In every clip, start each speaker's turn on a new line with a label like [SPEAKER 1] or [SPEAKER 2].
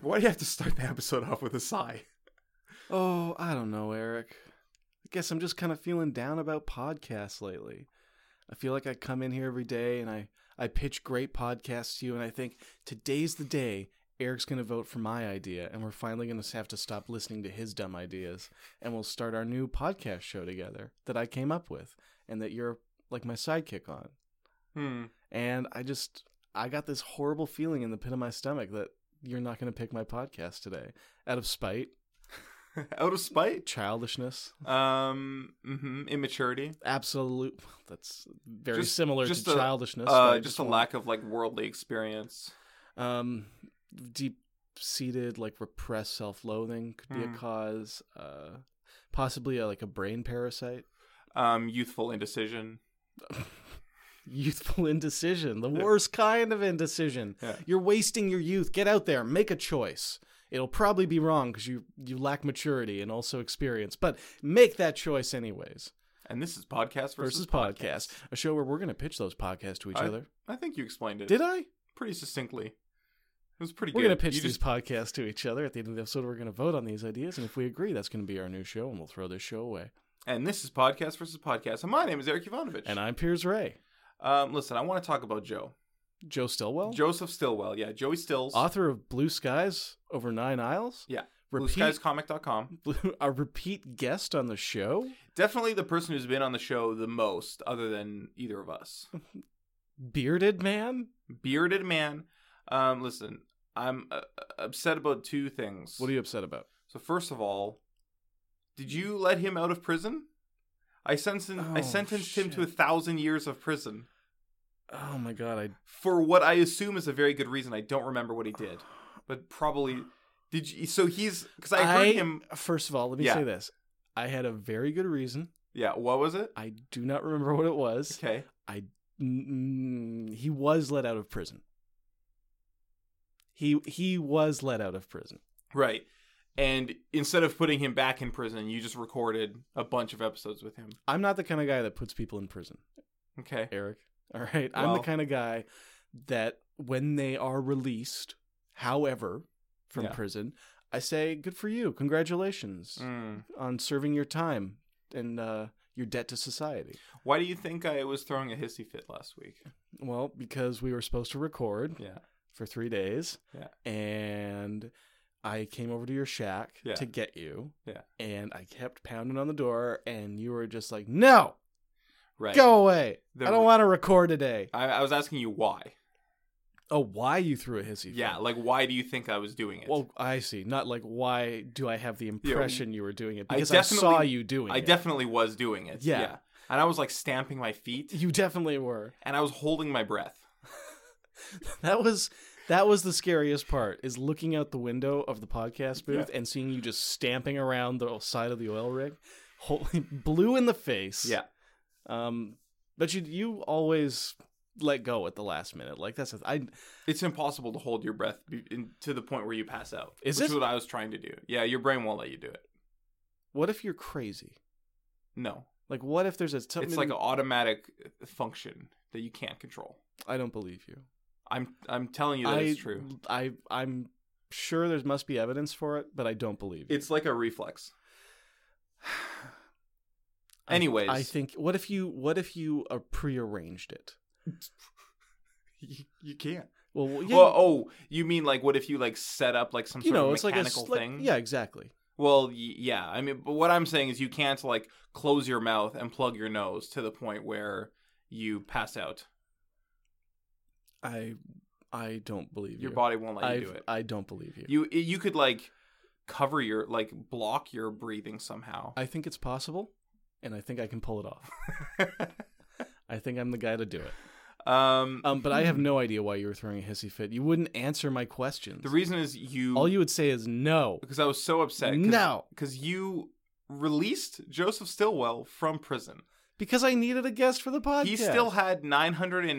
[SPEAKER 1] Why do you have to start the episode off with a sigh?
[SPEAKER 2] Oh, I don't know, Eric. I guess I'm just kind of feeling down about podcasts lately. I feel like I come in here every day and I, I pitch great podcasts to you, and I think today's the day Eric's going to vote for my idea, and we're finally going to have to stop listening to his dumb ideas, and we'll start our new podcast show together that I came up with and that you're like my sidekick on.
[SPEAKER 1] Hmm.
[SPEAKER 2] And I just, I got this horrible feeling in the pit of my stomach that you're not going to pick my podcast today out of spite,
[SPEAKER 1] Out of spite?
[SPEAKER 2] childishness.
[SPEAKER 1] Um, mhm, immaturity.
[SPEAKER 2] absolute that's very
[SPEAKER 1] Just-
[SPEAKER 2] similar
[SPEAKER 1] just
[SPEAKER 2] to
[SPEAKER 1] a-
[SPEAKER 2] childishness but I
[SPEAKER 1] Uh, just a
[SPEAKER 2] want-
[SPEAKER 1] lack of like worldly experience.
[SPEAKER 2] um deep seated like repressed self-loathing could be
[SPEAKER 1] Hmm.
[SPEAKER 2] a cause uh possibly a, like a brain parasite
[SPEAKER 1] Um, youthful indecision.
[SPEAKER 2] youthful indecision the
[SPEAKER 1] Yeah.
[SPEAKER 2] worst kind of indecision
[SPEAKER 1] Yeah.
[SPEAKER 2] you're wasting your youth get out there make a choice it'll probably be wrong because you you lack maturity and also experience but make that choice anyways
[SPEAKER 1] And this is podcast
[SPEAKER 2] versus,
[SPEAKER 1] versus,
[SPEAKER 2] podcast. a show where we're going to pitch those podcasts to each
[SPEAKER 1] I-
[SPEAKER 2] other
[SPEAKER 1] I think you explained it
[SPEAKER 2] did i
[SPEAKER 1] pretty succinctly. It was pretty
[SPEAKER 2] We're
[SPEAKER 1] good.
[SPEAKER 2] going to pitch
[SPEAKER 1] you
[SPEAKER 2] these
[SPEAKER 1] just,
[SPEAKER 2] podcasts to each other. At the end of the episode, we're going to vote on these ideas. And if we agree, that's going to be our new show, and we'll throw this show away.
[SPEAKER 1] and this is podcast versus podcast. And my name is Eric Ivanovich.
[SPEAKER 2] And I'm Piers Ray.
[SPEAKER 1] um, listen, I want to talk about Joe,
[SPEAKER 2] Joe Stillwell,
[SPEAKER 1] Joseph Stillwell. Yeah, Joey Stills.
[SPEAKER 2] author of Blue Skies Over Nine Isles.
[SPEAKER 1] Yeah.
[SPEAKER 2] Repeat,
[SPEAKER 1] BlueSkiesComic.com.
[SPEAKER 2] a repeat guest on the show.
[SPEAKER 1] Definitely the person who's been on the show the most, other than either of us.
[SPEAKER 2] Bearded Man.
[SPEAKER 1] Bearded man. Um, listen, I'm uh, upset about two things.
[SPEAKER 2] What are you upset about?
[SPEAKER 1] So first of all, did you let him out of prison? I sentenced I
[SPEAKER 2] Oh,
[SPEAKER 1] sentenced him to a
[SPEAKER 2] shit.
[SPEAKER 1] thousand years of prison
[SPEAKER 2] Oh my God. I
[SPEAKER 1] for what I assume is a very good reason. I don't remember what he did, but probably did. You, so he's because I heard him.
[SPEAKER 2] First of all, let me
[SPEAKER 1] Yeah.
[SPEAKER 2] say this. I had a very good reason.
[SPEAKER 1] Yeah, what was it?
[SPEAKER 2] I do not remember what it was.
[SPEAKER 1] Okay,
[SPEAKER 2] Mm, he was let out of prison. He he was let out of prison.
[SPEAKER 1] right. And instead of putting him back in prison, you just recorded a bunch of episodes with him.
[SPEAKER 2] I'm not the kind of guy that puts people in prison,
[SPEAKER 1] Okay,
[SPEAKER 2] Eric. All right, I'm the
[SPEAKER 1] Well-
[SPEAKER 2] kind of guy that when they are released, however, from
[SPEAKER 1] Yeah.
[SPEAKER 2] prison, I say, "Good for you, congratulations
[SPEAKER 1] Mm.
[SPEAKER 2] on serving your time and uh, your debt to society."
[SPEAKER 1] why do you think I was throwing a hissy fit last week?
[SPEAKER 2] Well, because we were supposed to record
[SPEAKER 1] Yeah.
[SPEAKER 2] for three days.
[SPEAKER 1] Yeah.
[SPEAKER 2] And I came over to your shack
[SPEAKER 1] Yeah.
[SPEAKER 2] to get you.
[SPEAKER 1] Yeah.
[SPEAKER 2] And I kept pounding on the door, and you were just like, no,
[SPEAKER 1] Right.
[SPEAKER 2] go away.
[SPEAKER 1] The-
[SPEAKER 2] I don't want to record today.
[SPEAKER 1] I, I was asking you why.
[SPEAKER 2] Oh, why you threw a hissy fit?
[SPEAKER 1] Yeah, like why do you think I was doing it?
[SPEAKER 2] Well, I see. Not like, why do I have the impression you were doing it?
[SPEAKER 1] I
[SPEAKER 2] Because I, saw
[SPEAKER 1] definitely-
[SPEAKER 2] you doing
[SPEAKER 1] I
[SPEAKER 2] it.
[SPEAKER 1] definitely was doing it.
[SPEAKER 2] Yeah.
[SPEAKER 1] And I was like stamping my feet
[SPEAKER 2] You definitely were.
[SPEAKER 1] and I was holding my breath.
[SPEAKER 2] That was that was the scariest part is looking out the window of the podcast booth and seeing you just stamping around the side of the oil rig, holy blue in the face.
[SPEAKER 1] Yeah.
[SPEAKER 2] Um, but you you always let go at the last minute. Like that's the th- I
[SPEAKER 1] It's impossible to hold your breath be- in, to the point where you pass out.
[SPEAKER 2] Is
[SPEAKER 1] which
[SPEAKER 2] it?
[SPEAKER 1] is what I was trying to do. Yeah, your brain won't let you do it.
[SPEAKER 2] what if you're crazy?
[SPEAKER 1] No.
[SPEAKER 2] Like what if there's a something
[SPEAKER 1] it's like an automatic uh, function that you can't control.
[SPEAKER 2] I don't believe you.
[SPEAKER 1] I'm I'm telling you that
[SPEAKER 2] I,
[SPEAKER 1] it's true.
[SPEAKER 2] I I'm sure there must be evidence for it, but I don't believe you.
[SPEAKER 1] It's like a reflex.
[SPEAKER 2] I-
[SPEAKER 1] Anyways.
[SPEAKER 2] I think what if you what if you uh, prearranged it?
[SPEAKER 1] You, you can't.
[SPEAKER 2] Well, well, yeah,
[SPEAKER 1] Well, oh, you mean like what if you like set up like some
[SPEAKER 2] you
[SPEAKER 1] sort
[SPEAKER 2] know,
[SPEAKER 1] of
[SPEAKER 2] it's like a
[SPEAKER 1] mechanical
[SPEAKER 2] sli-
[SPEAKER 1] thing?
[SPEAKER 2] yeah, exactly.
[SPEAKER 1] Well, y- yeah. I mean, but what I'm saying is you can't like close your mouth and plug your nose to the point where you pass out.
[SPEAKER 2] I I don't believe
[SPEAKER 1] Your
[SPEAKER 2] you.
[SPEAKER 1] body won't let you
[SPEAKER 2] I
[SPEAKER 1] do it.
[SPEAKER 2] I don't believe you.
[SPEAKER 1] You you could like cover your like block your breathing somehow.
[SPEAKER 2] I think it's possible, and I think I can pull it off. I think I'm the guy to do it.
[SPEAKER 1] um,
[SPEAKER 2] Um, but I have no idea why you were throwing a hissy fit. You wouldn't answer my questions.
[SPEAKER 1] the reason is you,
[SPEAKER 2] All you would say is no.
[SPEAKER 1] because I was so upset. Cause,
[SPEAKER 2] No.
[SPEAKER 1] because you released Joseph Stillwell from prison.
[SPEAKER 2] Because I needed a guest for the podcast.
[SPEAKER 1] He still had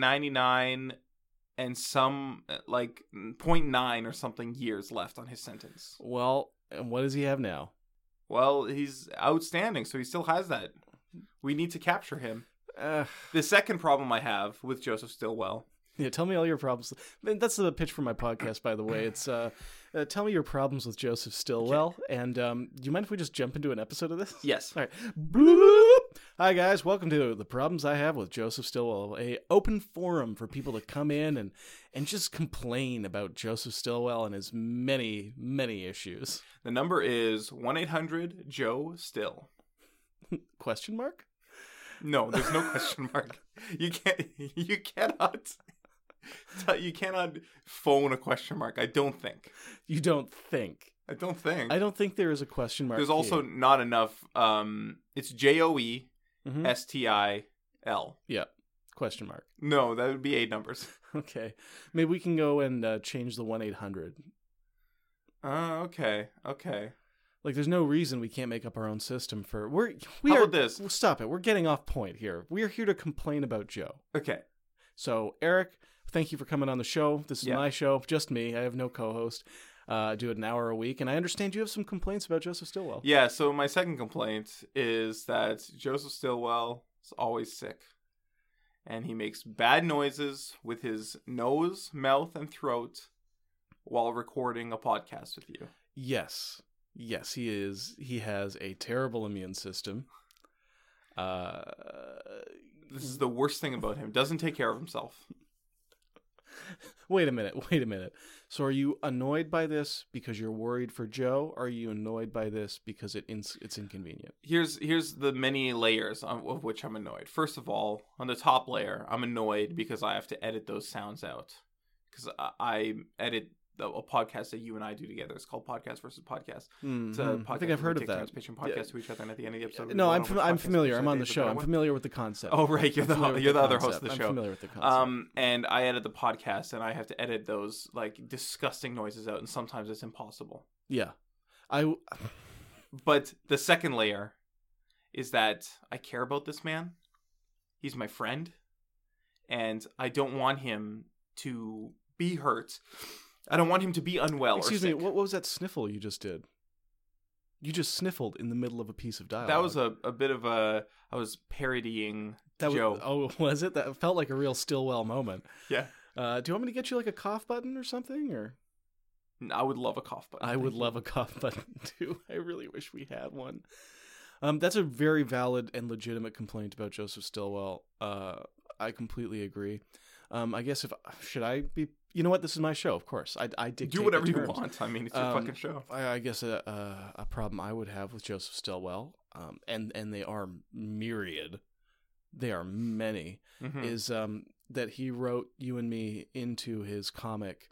[SPEAKER 1] 999 and some uh, like 0.9 or something years left on his sentence.
[SPEAKER 2] Well, and what does he have now?
[SPEAKER 1] Well, he's outstanding, so he still has that. We need to capture him.
[SPEAKER 2] Uh,
[SPEAKER 1] The second problem I have with Joseph Stillwell
[SPEAKER 2] Yeah, tell me all your problems. Man, That's the pitch for my podcast, by the way. It's uh, uh, tell me your problems with Joseph Stillwell. And um, do you mind if we just jump into an episode of this?
[SPEAKER 1] Yes.
[SPEAKER 2] All right. Bloop. Hi guys, welcome to the problems I have with Joseph Stillwell, a open forum for people to come in and and just complain about Joseph Stillwell and his many many issues.
[SPEAKER 1] The number is 1 800 Joe Still.
[SPEAKER 2] Question mark?
[SPEAKER 1] No, there's no question mark. You can't. You cannot. You cannot phone a question mark. I don't think.
[SPEAKER 2] You don't think?
[SPEAKER 1] I don't think.
[SPEAKER 2] I don't think there is a question mark.
[SPEAKER 1] There's also
[SPEAKER 2] here.
[SPEAKER 1] not enough. Um, it's J O E
[SPEAKER 2] Mhm.
[SPEAKER 1] S T I L.
[SPEAKER 2] question mark.
[SPEAKER 1] No, that would be eight numbers.
[SPEAKER 2] Okay, maybe we can go and uh, change the one eight hundred.
[SPEAKER 1] Oh, okay, okay.
[SPEAKER 2] Like, there's no reason we can't make up our own system for we're we
[SPEAKER 1] How
[SPEAKER 2] are
[SPEAKER 1] about this?
[SPEAKER 2] stop it. We're getting off point here. We are here to complain about Joe.
[SPEAKER 1] Okay,
[SPEAKER 2] So, Eric, thank you for coming on the show. This is
[SPEAKER 1] Yeah.
[SPEAKER 2] my show, just me. I have no co host. Uh, I do it an hour a week, and I understand you have some complaints about Joseph Stillwell.
[SPEAKER 1] yeah. So my second complaint is that Joseph Stillwell is always sick, and he makes bad noises with his nose, mouth, and throat while recording a podcast with you.
[SPEAKER 2] Yes. Yes, he is. He has a terrible immune system. Uh,
[SPEAKER 1] This is the worst thing about him. Doesn't take care of himself.
[SPEAKER 2] wait a minute. Wait a minute. So, are you annoyed by this because you're worried for Joe? Or are you annoyed by this because it ins it's inconvenient?
[SPEAKER 1] here's here's the many layers of, of which I'm annoyed. First of all, on the top layer, I'm annoyed because I have to edit those sounds out because I, I edit the, a podcast that you and I do together. It's called Podcast versus Podcast. Hmm, It's a
[SPEAKER 2] Mhm.
[SPEAKER 1] podcast
[SPEAKER 2] I think I've
[SPEAKER 1] where we
[SPEAKER 2] heard of
[SPEAKER 1] take
[SPEAKER 2] that.
[SPEAKER 1] turns pitching podcasts to each other, and at the end of the episode, we
[SPEAKER 2] No,
[SPEAKER 1] vote
[SPEAKER 2] I'm
[SPEAKER 1] on
[SPEAKER 2] fam-
[SPEAKER 1] which
[SPEAKER 2] I'm
[SPEAKER 1] podcast
[SPEAKER 2] familiar.
[SPEAKER 1] episode
[SPEAKER 2] I'm on the
[SPEAKER 1] is
[SPEAKER 2] show.
[SPEAKER 1] better
[SPEAKER 2] I'm
[SPEAKER 1] one.
[SPEAKER 2] familiar with the concept.
[SPEAKER 1] Oh right, you're
[SPEAKER 2] I'm familiar
[SPEAKER 1] the
[SPEAKER 2] with
[SPEAKER 1] you're the other
[SPEAKER 2] concept.
[SPEAKER 1] host of the
[SPEAKER 2] I'm
[SPEAKER 1] show.
[SPEAKER 2] familiar with the concept.
[SPEAKER 1] Um, and I edit the podcast, and I have to edit those like disgusting noises out, and sometimes it's impossible.
[SPEAKER 2] yeah, I
[SPEAKER 1] But the second layer is that I care about this man. He's my friend. And I don't want him to be hurt. I don't want him to be unwell.
[SPEAKER 2] excuse
[SPEAKER 1] or
[SPEAKER 2] me.
[SPEAKER 1] sick.
[SPEAKER 2] What, what was that sniffle you just did? You just sniffled in the middle of a piece of dialogue.
[SPEAKER 1] That was a, a bit of a. I was parodying.
[SPEAKER 2] that was,
[SPEAKER 1] joke.
[SPEAKER 2] Oh, was it? That felt like a real Stillwell moment.
[SPEAKER 1] Yeah.
[SPEAKER 2] Uh, do you want me to get you like a cough button or something? Or
[SPEAKER 1] I would love a cough button.
[SPEAKER 2] I would
[SPEAKER 1] Thank you.
[SPEAKER 2] love a cough button too. I really wish we had one. Um, that's a very valid and legitimate complaint about Joseph Stillwell. Uh, I completely agree. Um, I guess if should I be, you know what? This is my show, of course. I I dictate
[SPEAKER 1] Do
[SPEAKER 2] the
[SPEAKER 1] whatever you
[SPEAKER 2] terms.
[SPEAKER 1] want. I mean, it's your
[SPEAKER 2] Um,
[SPEAKER 1] fucking show.
[SPEAKER 2] I, I guess a, a a problem I would have with Joseph Stillwell, um, and and they are myriad, they are many,
[SPEAKER 1] Mhm.
[SPEAKER 2] is um that he wrote you and me into his comic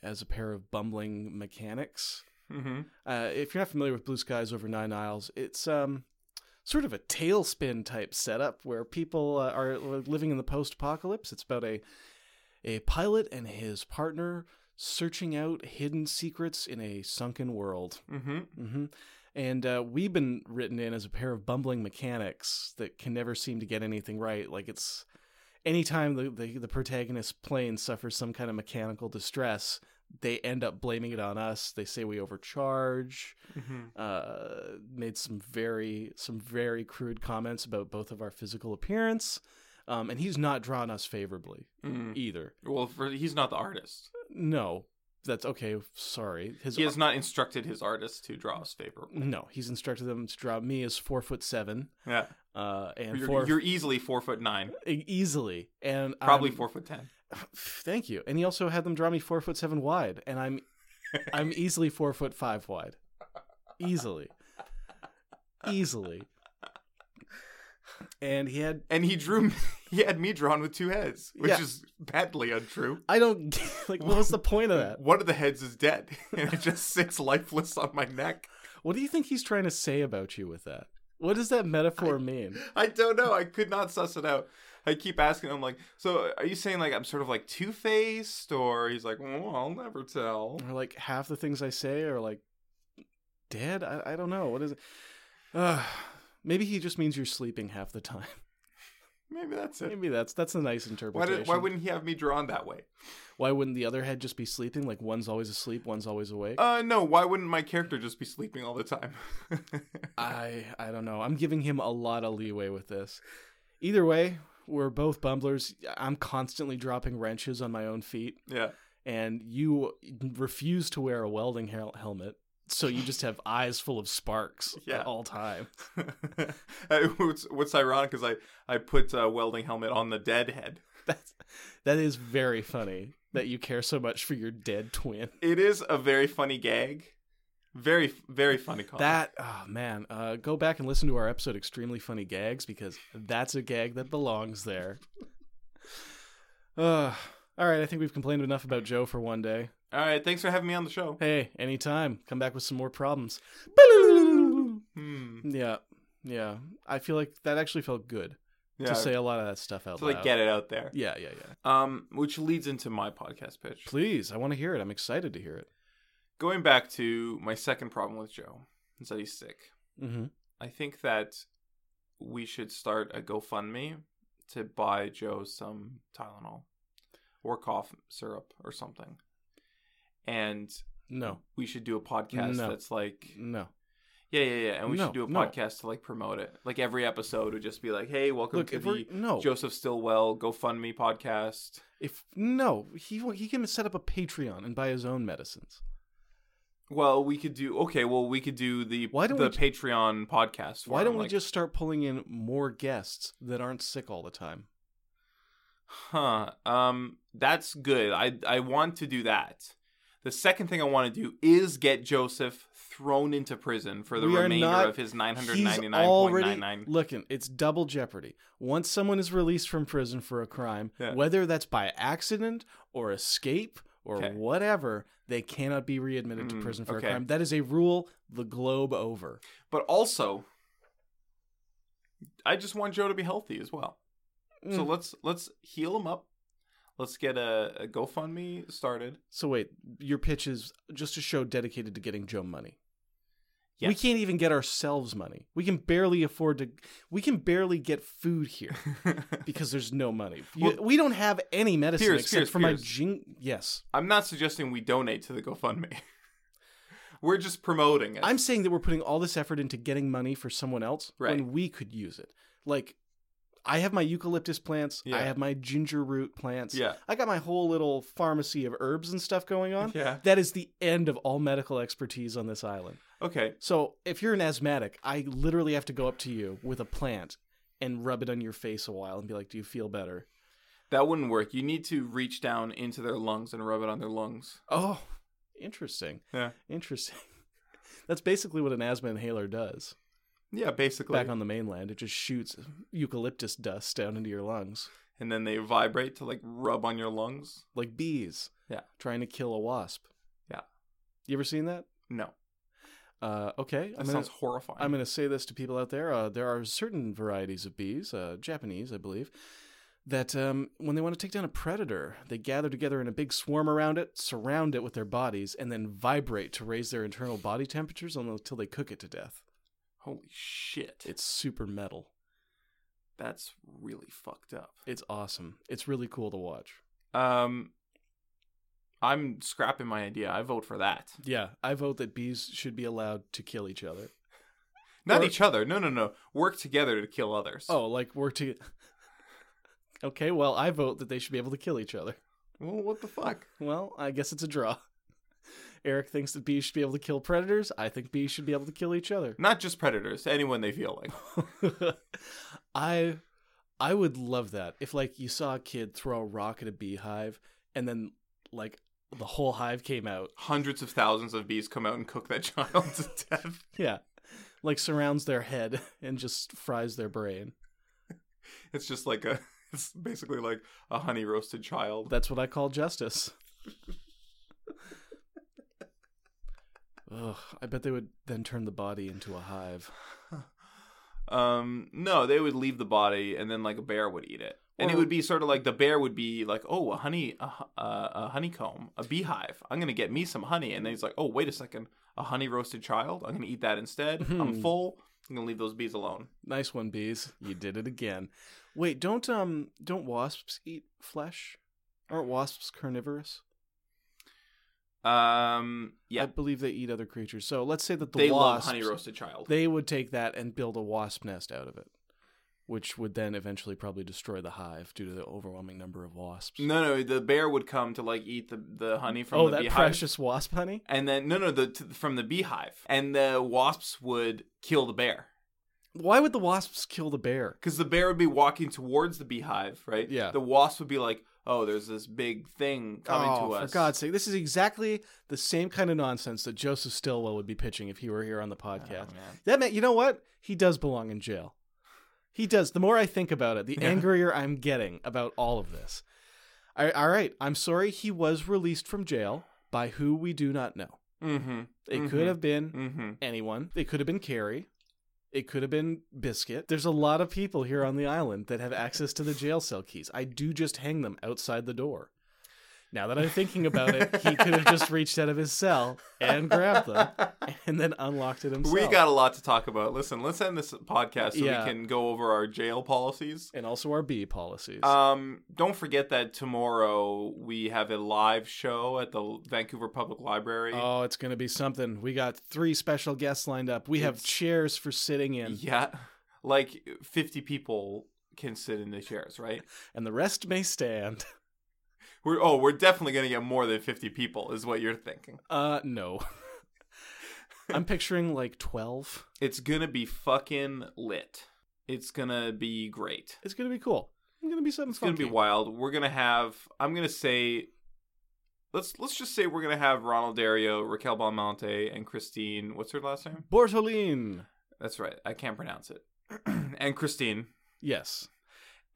[SPEAKER 2] as a pair of bumbling mechanics.
[SPEAKER 1] Mhm.
[SPEAKER 2] Uh, if you're not familiar with Blue Skies Over Nine Isles, it's um sort of a tailspin type setup where people uh, are living in the post-apocalypse. It's about a a pilot and his partner searching out hidden secrets in a sunken world.
[SPEAKER 1] Mhm.
[SPEAKER 2] hmm And uh, we've been written in as a pair of bumbling mechanics that can never seem to get anything right. Like it's anytime the, the the protagonist's plane suffers some kind of mechanical distress, they end up blaming it on us. They say we overcharge.
[SPEAKER 1] Mhm.
[SPEAKER 2] Uh, made some very some very crude comments about both of our physical appearance. Um, and he's not drawn us favorably
[SPEAKER 1] Mm.
[SPEAKER 2] either.
[SPEAKER 1] Well, for, he's not the artist.
[SPEAKER 2] No, that's okay. Sorry, his
[SPEAKER 1] He has not instructed his artist to draw us paper.
[SPEAKER 2] No, he's instructed them to draw me as four foot seven,
[SPEAKER 1] Yeah,
[SPEAKER 2] uh, and
[SPEAKER 1] you're,
[SPEAKER 2] 4
[SPEAKER 1] you're easily four foot nine,
[SPEAKER 2] e- easily, and
[SPEAKER 1] probably
[SPEAKER 2] I'm-
[SPEAKER 1] four foot ten.
[SPEAKER 2] Thank you. And he also had them draw me four foot seven wide, and I'm, I'm easily four foot five wide, easily, easily. And he had.
[SPEAKER 1] and he drew he had me drawn with two heads which
[SPEAKER 2] Yeah.
[SPEAKER 1] is badly untrue
[SPEAKER 2] I don't get, like. What was the point of that?
[SPEAKER 1] one of the heads is dead and it just sits lifeless on my neck
[SPEAKER 2] What do you think he's trying to say about you with that? What does that metaphor mean?
[SPEAKER 1] i don't know i could not suss it out i keep asking him like so are you saying like i'm sort of like two-faced or he's like well i'll never tell
[SPEAKER 2] or like half the things I say are like dead. I, I don't know. What is it? Uh, maybe he just means you're sleeping half the time.
[SPEAKER 1] maybe that's it
[SPEAKER 2] Maybe that's that's a nice
[SPEAKER 1] why,
[SPEAKER 2] interpretation.
[SPEAKER 1] did, why wouldn't he have me drawn that way
[SPEAKER 2] Why wouldn't the other head just be sleeping? Like one's always asleep, one's always awake.
[SPEAKER 1] uh no why wouldn't my character just be sleeping all the time
[SPEAKER 2] I I don't know. I'm giving him a lot of leeway with this. Either way, we're both bumblers. I'm constantly dropping wrenches on my own feet,
[SPEAKER 1] Yeah.
[SPEAKER 2] and you refuse to wear a welding hel- helmet, so you just have eyes full of sparks
[SPEAKER 1] Yeah.
[SPEAKER 2] at all time.
[SPEAKER 1] Uh, what's, what's ironic is I I put uh, welding helmet on the dead head.
[SPEAKER 2] That's that is very funny that you care so much for your dead twin.
[SPEAKER 1] It is a very funny gag. Very very funny call.
[SPEAKER 2] That oh man, uh, go back and listen to our episode "Extremely Funny Gags" because that's a gag that belongs there. Uh, all right, I think we've complained enough about Joe for one day.
[SPEAKER 1] All right. Thanks for having me on the show.
[SPEAKER 2] Hey, anytime, come back with some more problems.
[SPEAKER 1] Hmm.
[SPEAKER 2] Yeah, yeah. I feel like that actually felt good
[SPEAKER 1] Yeah.
[SPEAKER 2] to say a lot of that stuff out
[SPEAKER 1] to
[SPEAKER 2] loud.
[SPEAKER 1] like get it out there.
[SPEAKER 2] Yeah, yeah, yeah.
[SPEAKER 1] Um, which leads into my podcast pitch.
[SPEAKER 2] Please, I want to hear it. I'm excited to hear it.
[SPEAKER 1] Going back to my second problem with Joe is that he's sick.
[SPEAKER 2] Mm-hmm.
[SPEAKER 1] I think that we should start a GoFundMe to buy Joe some Tylenol or cough syrup or something. And
[SPEAKER 2] No,
[SPEAKER 1] we should do a podcast
[SPEAKER 2] No.
[SPEAKER 1] that's like
[SPEAKER 2] no.
[SPEAKER 1] Yeah, yeah, yeah. And we
[SPEAKER 2] No,
[SPEAKER 1] should do a
[SPEAKER 2] no.
[SPEAKER 1] podcast to like promote it. Like every episode would just be like, Hey, welcome
[SPEAKER 2] Look,
[SPEAKER 1] to
[SPEAKER 2] if we're oh.
[SPEAKER 1] the
[SPEAKER 2] no,
[SPEAKER 1] Joseph Stillwell GoFundMe podcast.
[SPEAKER 2] if no, he wa- he can set up a Patreon and buy his own medicines.
[SPEAKER 1] Well, we could do okay, well we could do the
[SPEAKER 2] Why don't
[SPEAKER 1] the
[SPEAKER 2] we ju-
[SPEAKER 1] Patreon podcast for
[SPEAKER 2] Why
[SPEAKER 1] him,
[SPEAKER 2] don't we
[SPEAKER 1] like,
[SPEAKER 2] just start pulling in more guests that aren't sick all the time?
[SPEAKER 1] Huh. Um that's good. I I want to do that. The second thing I want to do is get Joseph thrown into prison for the
[SPEAKER 2] We are
[SPEAKER 1] remainder
[SPEAKER 2] not-
[SPEAKER 1] of his
[SPEAKER 2] He's
[SPEAKER 1] 999.99.
[SPEAKER 2] looking. It's double jeopardy. Once someone is released from prison for a crime,
[SPEAKER 1] Yeah.
[SPEAKER 2] whether that's by accident or escape or
[SPEAKER 1] Okay.
[SPEAKER 2] whatever, they cannot be readmitted
[SPEAKER 1] Mm,
[SPEAKER 2] to prison for
[SPEAKER 1] okay.
[SPEAKER 2] a crime. That is a rule the globe over.
[SPEAKER 1] But also I just want Joe to be healthy as well. So
[SPEAKER 2] Mm.
[SPEAKER 1] let's let's heal him up. Let's get a, a GoFundMe started.
[SPEAKER 2] So wait, your pitch is just a show dedicated to getting Joe money. We
[SPEAKER 1] Yes.
[SPEAKER 2] can't even get ourselves money. We can barely afford to. We can barely get food here because there's no money. You-
[SPEAKER 1] Well-
[SPEAKER 2] we don't have any medicine
[SPEAKER 1] Piers,
[SPEAKER 2] except
[SPEAKER 1] Piers,
[SPEAKER 2] for my
[SPEAKER 1] Piers.
[SPEAKER 2] jing. Yes,
[SPEAKER 1] I'm not suggesting we donate to the GoFundMe. We're just promoting it.
[SPEAKER 2] I'm saying that we're putting all this effort into getting money for someone else
[SPEAKER 1] Right.
[SPEAKER 2] when we could use it. Like, I have my eucalyptus plants.
[SPEAKER 1] Yeah.
[SPEAKER 2] I have my ginger root plants.
[SPEAKER 1] yeah.
[SPEAKER 2] I got my whole little pharmacy of herbs and stuff going on.
[SPEAKER 1] Yeah.
[SPEAKER 2] That is the end of all medical expertise on this island.
[SPEAKER 1] Okay.
[SPEAKER 2] So if you're an asthmatic, I literally have to go up to you with a plant and rub it on your face a while and be like, "Do you feel better?"
[SPEAKER 1] That wouldn't work. You need to reach down into their lungs and rub it on their lungs.
[SPEAKER 2] Oh, interesting.
[SPEAKER 1] Yeah.
[SPEAKER 2] Interesting. That's basically what an asthma inhaler does.
[SPEAKER 1] Yeah, basically.
[SPEAKER 2] Back on the mainland, it just shoots eucalyptus dust down into your lungs
[SPEAKER 1] and then they vibrate to like rub on your lungs.
[SPEAKER 2] like bees.
[SPEAKER 1] Yeah.
[SPEAKER 2] Trying to kill a wasp.
[SPEAKER 1] Yeah.
[SPEAKER 2] You ever seen that?
[SPEAKER 1] No.
[SPEAKER 2] Uh, okay.
[SPEAKER 1] That
[SPEAKER 2] I'm gonna,
[SPEAKER 1] sounds horrifying.
[SPEAKER 2] I'm going to say this to people out there. Uh, there are certain varieties of bees, uh, Japanese, I believe, that um, when they want to take down a predator, they gather together in a big swarm around it, surround it with their bodies, and then vibrate to raise their internal body temperatures until they cook it to death.
[SPEAKER 1] Holy shit.
[SPEAKER 2] It's super metal.
[SPEAKER 1] That's really fucked up.
[SPEAKER 2] It's awesome. It's really cool to watch.
[SPEAKER 1] Um I'm scrapping my idea. I vote for that.
[SPEAKER 2] Yeah, I vote that bees should be allowed to kill each other.
[SPEAKER 1] Not
[SPEAKER 2] Or-
[SPEAKER 1] each other. No, no, no. Work together to kill others.
[SPEAKER 2] Oh, like we're to. okay, well, I vote that they should be able to kill each other.
[SPEAKER 1] Well, what the fuck?
[SPEAKER 2] Well, I guess it's a draw. Eric thinks that bees should be able to kill predators. I think bees should be able to kill each other.
[SPEAKER 1] Not just predators. Anyone they feel like.
[SPEAKER 2] I I would love that. If like you saw a kid throw a rock at a beehive and then like the whole hive came out.
[SPEAKER 1] Hundreds of thousands of bees come out and cook that child to death.
[SPEAKER 2] Yeah. Like surrounds their head and just fries their brain.
[SPEAKER 1] It's just like a. It's basically like a honey roasted child.
[SPEAKER 2] That's what I call justice. Ugh, I bet they would then turn the body into a hive.
[SPEAKER 1] Um, no, they would leave the body, and then like a bear would eat it, and it
[SPEAKER 2] Or-
[SPEAKER 1] would be sort of like the bear would be like, "Oh, a honey, a, hu- a, a honeycomb, a beehive. I'm gonna get me some honey." And then he's like, "Oh, wait a second, a honey roasted child. I'm gonna eat that instead. I'm
[SPEAKER 2] Hmm.
[SPEAKER 1] full. I'm gonna leave those bees alone."
[SPEAKER 2] Nice one, bees. You did it again. Wait, don't um don't wasps eat flesh? Aren't wasps carnivorous?
[SPEAKER 1] Um, yeah,
[SPEAKER 2] I believe they eat other creatures. So let's say that the
[SPEAKER 1] they love
[SPEAKER 2] wasps
[SPEAKER 1] honey roasted child.
[SPEAKER 2] they would take that and build a wasp nest out of it. which would then eventually probably destroy the hive due to the overwhelming number of wasps.
[SPEAKER 1] No, no, the bear would come to like eat the, the honey from
[SPEAKER 2] oh,
[SPEAKER 1] the
[SPEAKER 2] that
[SPEAKER 1] beehive.
[SPEAKER 2] precious wasp honey.
[SPEAKER 1] And then no, no, the t- from the beehive, and the wasps would kill the bear
[SPEAKER 2] Why would the wasps kill the bear?
[SPEAKER 1] because the bear would be walking towards the beehive, right?
[SPEAKER 2] Yeah.
[SPEAKER 1] The wasp would be like, "Oh, there's this big thing coming
[SPEAKER 2] oh,
[SPEAKER 1] to
[SPEAKER 2] for
[SPEAKER 1] us."
[SPEAKER 2] God's sake! This is exactly the same kind of nonsense that Joseph Stilwell would be pitching if he were here on the
[SPEAKER 1] Oh,
[SPEAKER 2] podcast.
[SPEAKER 1] man.
[SPEAKER 2] That man, you know what? He does belong in jail. He does. The more I think about it, the
[SPEAKER 1] Yeah.
[SPEAKER 2] angrier I'm getting about all of this. I, all right, I'm sorry. He was released from jail by who we do not know.
[SPEAKER 1] Mm-hmm.
[SPEAKER 2] It
[SPEAKER 1] Mhm.
[SPEAKER 2] could have been
[SPEAKER 1] Mm-hmm.
[SPEAKER 2] anyone. It could have been Carrie. It could have been Biscuit. There's a lot of people here on the island that have access to the jail cell keys. I do just hang them outside the door. Now that I'm thinking about it, he could have just reached out of his cell and grabbed them and then unlocked it himself.
[SPEAKER 1] We got a lot to talk about. Listen, let's end this podcast so
[SPEAKER 2] Yeah.
[SPEAKER 1] we can go over our jail policies.
[SPEAKER 2] and also our B policies.
[SPEAKER 1] Um, don't forget that tomorrow we have a live show at the Vancouver Public Library.
[SPEAKER 2] oh, it's going to be something. We got three special guests lined up. We have
[SPEAKER 1] It's-
[SPEAKER 2] chairs for sitting in,
[SPEAKER 1] yeah, like fifty people can sit in the chairs, right?
[SPEAKER 2] and the rest may stand.
[SPEAKER 1] We're oh, we're definitely gonna get more than fifty people, is what you're thinking.
[SPEAKER 2] Uh, no. I'm picturing like 12.
[SPEAKER 1] It's gonna be fucking lit. It's gonna be great.
[SPEAKER 2] It's gonna be cool. It's gonna be something.
[SPEAKER 1] It's gonna be wild. We're gonna have. I'm gonna say. Let's let's just say we're gonna have Ronald Dario, Raquel Belmonte, and Christine. What's her last name?
[SPEAKER 2] Bortoline.
[SPEAKER 1] That's right. I can't pronounce it. and Christine.
[SPEAKER 2] Yes.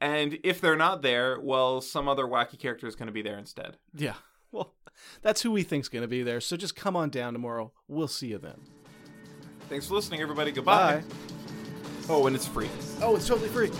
[SPEAKER 1] And if they're not there, well, some other wacky character is gonna be there instead.
[SPEAKER 2] Yeah. Well, that's who we think's gonna be there. So just come on down tomorrow. We'll see you then.
[SPEAKER 1] Thanks for listening, everybody. Goodbye. Oh, and it's free.
[SPEAKER 2] Oh, it's totally free.